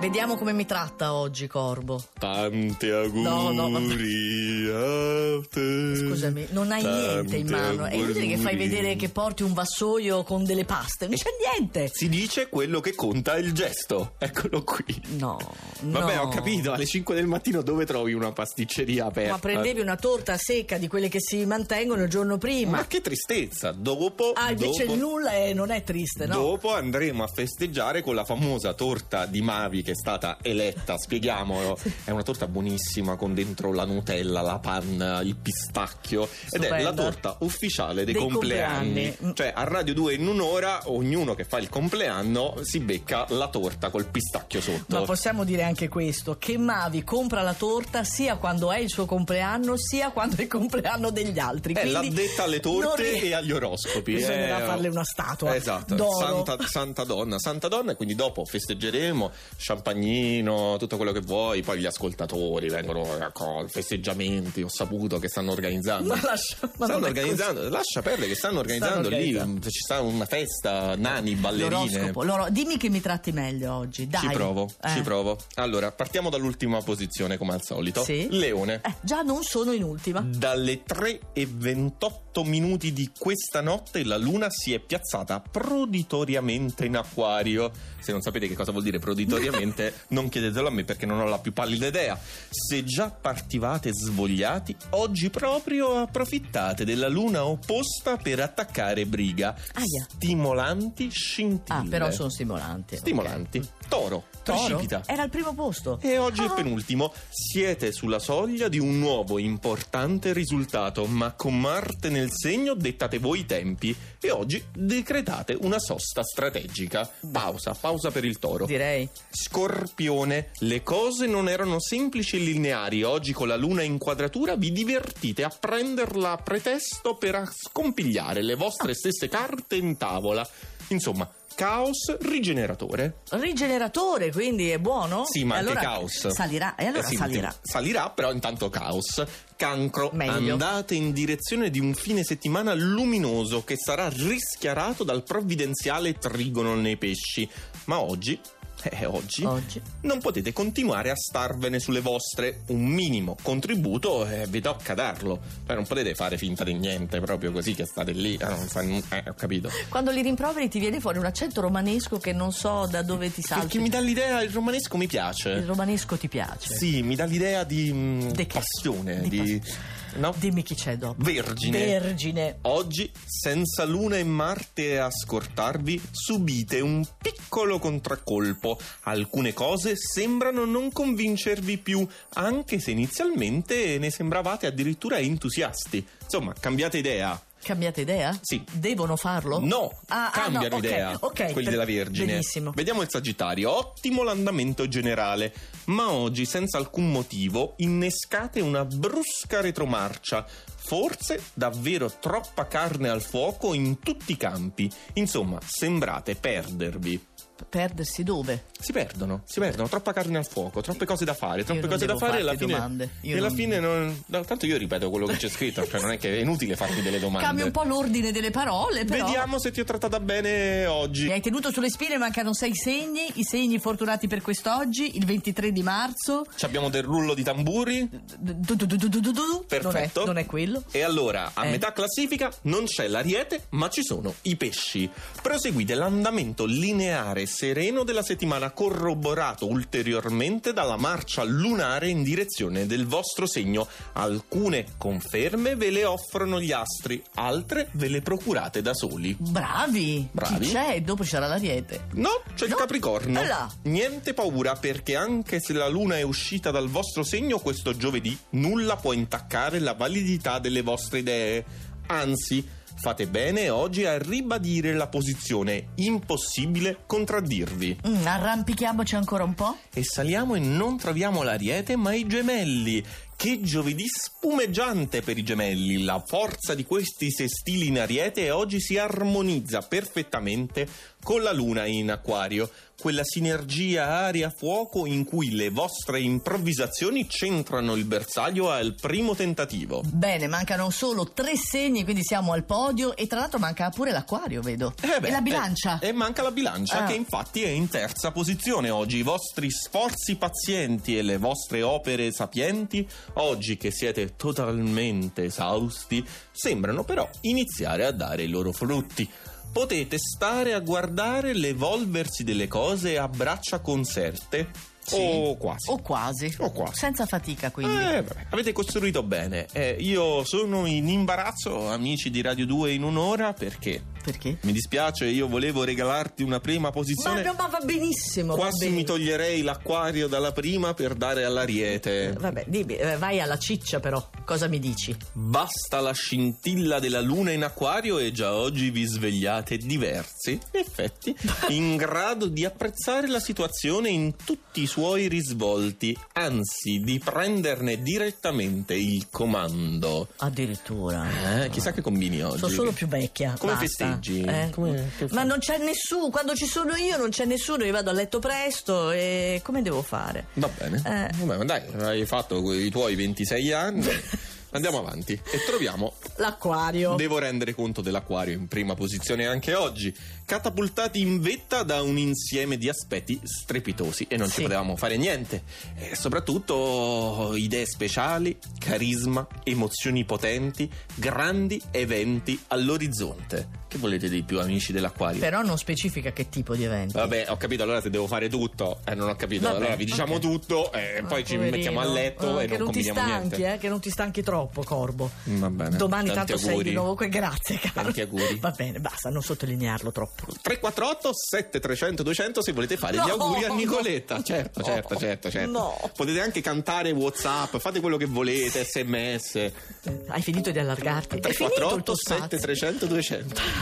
Vediamo come mi tratta oggi Corbo. Tanti auguri No, no, vabbè. a te. Scusami, non hai Tanti niente in mano. È inutile che fai auguri. vedere che porti un vassoio con delle paste. Non c'è niente. Si dice quello che conta è il gesto. Eccolo qui. No. Vabbè, no. ho capito, alle 5 del mattino dove trovi una pasticceria aperta? Ma prendevi una torta secca di quelle che si mantengono il giorno prima. Ma che tristezza, dopo Ah, invece dopo- il nulla è- non è triste, no? Dopo andremo a festeggiare con la famosa torta di Mavi che è stata eletta, spieghiamolo. È una torta buonissima con dentro la Nutella, la panna, il pistacchio ed è la Stupenda. torta ufficiale dei, Dei compleanni. compleanni. Mm. Cioè a Radio 2 in un'ora ognuno che fa il compleanno si becca la torta col pistacchio sotto. Ma possiamo dire anche questo, che Mavi compra la torta sia quando è il suo compleanno, sia quando è il compleanno degli altri. è Quindi l'addetta Eh, alle torte non ri- e agli oroscopi. Bisognerà Eh, farle una statua Esatto, d'oro. Santa, Santa Donna, Santa Donna, e quindi dopo festeggeremo champagnino, tutto quello che vuoi, poi gli ascoltatori vengono a co- festeggiamenti, ho saputo che stanno organizzando. Ma lascia, ma non stanno è così. organizzando, lascia perdere che stanno Stanno organizzando lì, organizzando. ci sta una festa, nani, ballerine. L'oroscopo, l'oro- dimmi che mi tratti meglio oggi, dai. Ci provo, Eh. ci provo. Allora, partiamo dall'ultima posizione come al solito. Sì. Leone. Eh, già non sono in ultima. Dalle 3 e 28 minuti di questa notte la Luna si è piazzata proditoriamente in acquario. Se non sapete che cosa vuol dire proditoriamente, non chiedetelo a me perché non ho la più pallida idea. Se già partivate svogliati, oggi proprio approfittate della Luna opposta per attaccare briga. Aia. Stimolanti scintille. Ah, però sono stimolanti. ok. Stimolanti. Toro, Toro? precipita. Era al primo posto. E oggi il Ah. penultimo. Siete sulla soglia di un nuovo importante risultato, ma con Marte nel segno dettate voi i tempi e oggi decretate una sosta strategica. Pausa, pausa per il toro. Direi. Scorpione, le cose non erano semplici e lineari. Oggi con la luna in quadratura vi divertite a prenderla a pretesto per a- scompigliare le vostre stesse carte in tavola. Insomma, caos rigeneratore. Rigeneratore, quindi è buono? Sì, ma E anche allora caos. Salirà, e allora Eh sì, salirà. sì, Salirà, però intanto caos. Cancro, Meglio. andate in direzione di un fine settimana luminoso che sarà rischiarato dal provvidenziale trigono nei pesci. Ma oggi, eh, oggi, Oggi. non potete continuare a starvene sulle vostre. Un minimo contributo eh, vi tocca darlo. Cioè, non potete fare finta di niente, proprio così che state lì. eh, non fa- eh, ho capito. Quando li rimproveri ti viene fuori un accento romanesco che non so da dove ti Perché salti. mi dà l'idea, il romanesco mi piace. Il romanesco ti piace? Sì, mi dà l'idea di mh, De che? passione, Di di, no? Dimmi chi c'è dopo. vergine. Vergine. Oggi, senza Luna e Marte a scortarvi, subite un piccolo contraccolpo. Alcune cose sembrano non convincervi più, anche se inizialmente ne sembravate addirittura entusiasti. Insomma, cambiate idea. Cambiate idea? Sì. Devono farlo? No, Ah, ah, cambiano no, ok, idea ok, quelli per- della Vergine. benissimo. Vediamo il Sagittario. Ottimo l'andamento generale, ma oggi senza alcun motivo innescate una brusca retromarcia. Forse davvero troppa carne al fuoco in tutti i campi. Insomma, sembrate perdervi. Perdersi dove? Si perdono, si perdono, troppa carne al fuoco, troppe cose da fare, troppe non cose da devo fare e alla farti fine. domande, io e alla non- fine non. no, tanto io ripeto quello che c'è scritto, cioè non è che è inutile farti delle domande. Cambia un po' l'ordine delle parole, però. Vediamo se ti ho trattata bene oggi. Mi hai tenuto sulle spine, mancano sei segni, i segni fortunati per quest'oggi, il 23 di marzo. Ci abbiamo del rullo di tamburi. Du- du- du- du- du- du- du- Non è, Perfetto. non è quello. E allora, a Eh. metà classifica non c'è l'ariete, ma ci sono i pesci. Proseguite l'andamento lineare e sereno della settimana, corroborato ulteriormente dalla marcia lunare in direzione del vostro segno. Alcune conferme ve le offrono gli astri, altre ve le procurate da soli. Bravi. Bravi. Chi c'è? Dopo ci sarà l'ariete. No, c'è il No? Capricorno. Allà. Niente paura perché anche se la luna è uscita dal vostro segno questo giovedì, nulla può intaccare la validità delle vostre idee. Anzi, fate bene oggi a ribadire la posizione impossibile contraddirvi. Mm, arrampichiamoci ancora un po'. E saliamo e non troviamo l'ariete ma i gemelli. Che giovedì spumeggiante per i gemelli! La forza di questi sestili in ariete oggi si armonizza perfettamente con la luna in acquario, quella sinergia aria-fuoco in cui le vostre improvvisazioni centrano il bersaglio al primo tentativo. Bene, mancano solo tre segni, quindi siamo al podio e tra l'altro manca pure l'acquario, vedo. Eh beh, e la bilancia. eh, E manca la bilancia, Ah. che infatti è in terza posizione oggi. I vostri sforzi pazienti e le vostre opere sapienti, oggi che siete totalmente esausti, sembrano però iniziare a dare i loro frutti. Potete stare a guardare l'evolversi delle cose a braccia conserte. O quasi. O quasi. O quasi. Senza fatica, quindi. Eh, vabbè, avete costruito bene. Eh, io sono in imbarazzo, amici di Radio 2, in un'ora perché Perché? mi dispiace, io volevo regalarti una prima Ma, posizione. no, ma va benissimo. va Quasi bene. mi toglierei l'acquario dalla prima per dare all'ariete. Vabbè, dimmi, eh, vai alla ciccia però, cosa mi dici? Basta la scintilla della luna in acquario e già oggi vi svegliate diversi, in effetti, in grado di apprezzare la situazione in tutti i suoi risvolti, anzi di prenderne direttamente il comando. Addirittura. Eh, chissà che combini oggi. Sono solo più vecchia. Come basta. festeggi? Eh? Come- che Ma fai? non c'è nessuno, quando ci sono io non c'è nessuno, io vado a letto presto e come devo fare? Va bene. Eh. Vabbè, ma dai, hai fatto que- i tuoi 26 anni. Andiamo avanti e troviamo. L'acquario. Devo rendere conto dell'acquario in prima posizione anche oggi, catapultati in vetta da un insieme di aspetti strepitosi e non Sì. ci potevamo fare niente. E soprattutto idee speciali, carisma, emozioni potenti, grandi eventi all'orizzonte. Che volete di più, amici dell'acquario? Però non specifica che tipo di evento. Vabbè, ho capito, allora te devo fare tutto. Eh, non ho capito. Vabbè, allora vi diciamo ok. Ah, tutto e poi ci Poverino. mettiamo a letto Ah, e che non, non ti combiniamo stanchi, niente. eh, che non ti stanchi troppo, Corbo. Va bene. Domani tanti tanto sei auguri. di nuovo qui. Grazie, caro. Tanti auguri. Va bene, basta, non sottolinearlo troppo. 348 7300 200 se volete fare gli No! auguri a Nicoletta. Certo, No. certo, certo, certo. No. Potete anche cantare WhatsApp, fate quello che volete, SMS. Hai finito di allargarti. È finito il tuo 348 spazio. 7300 200.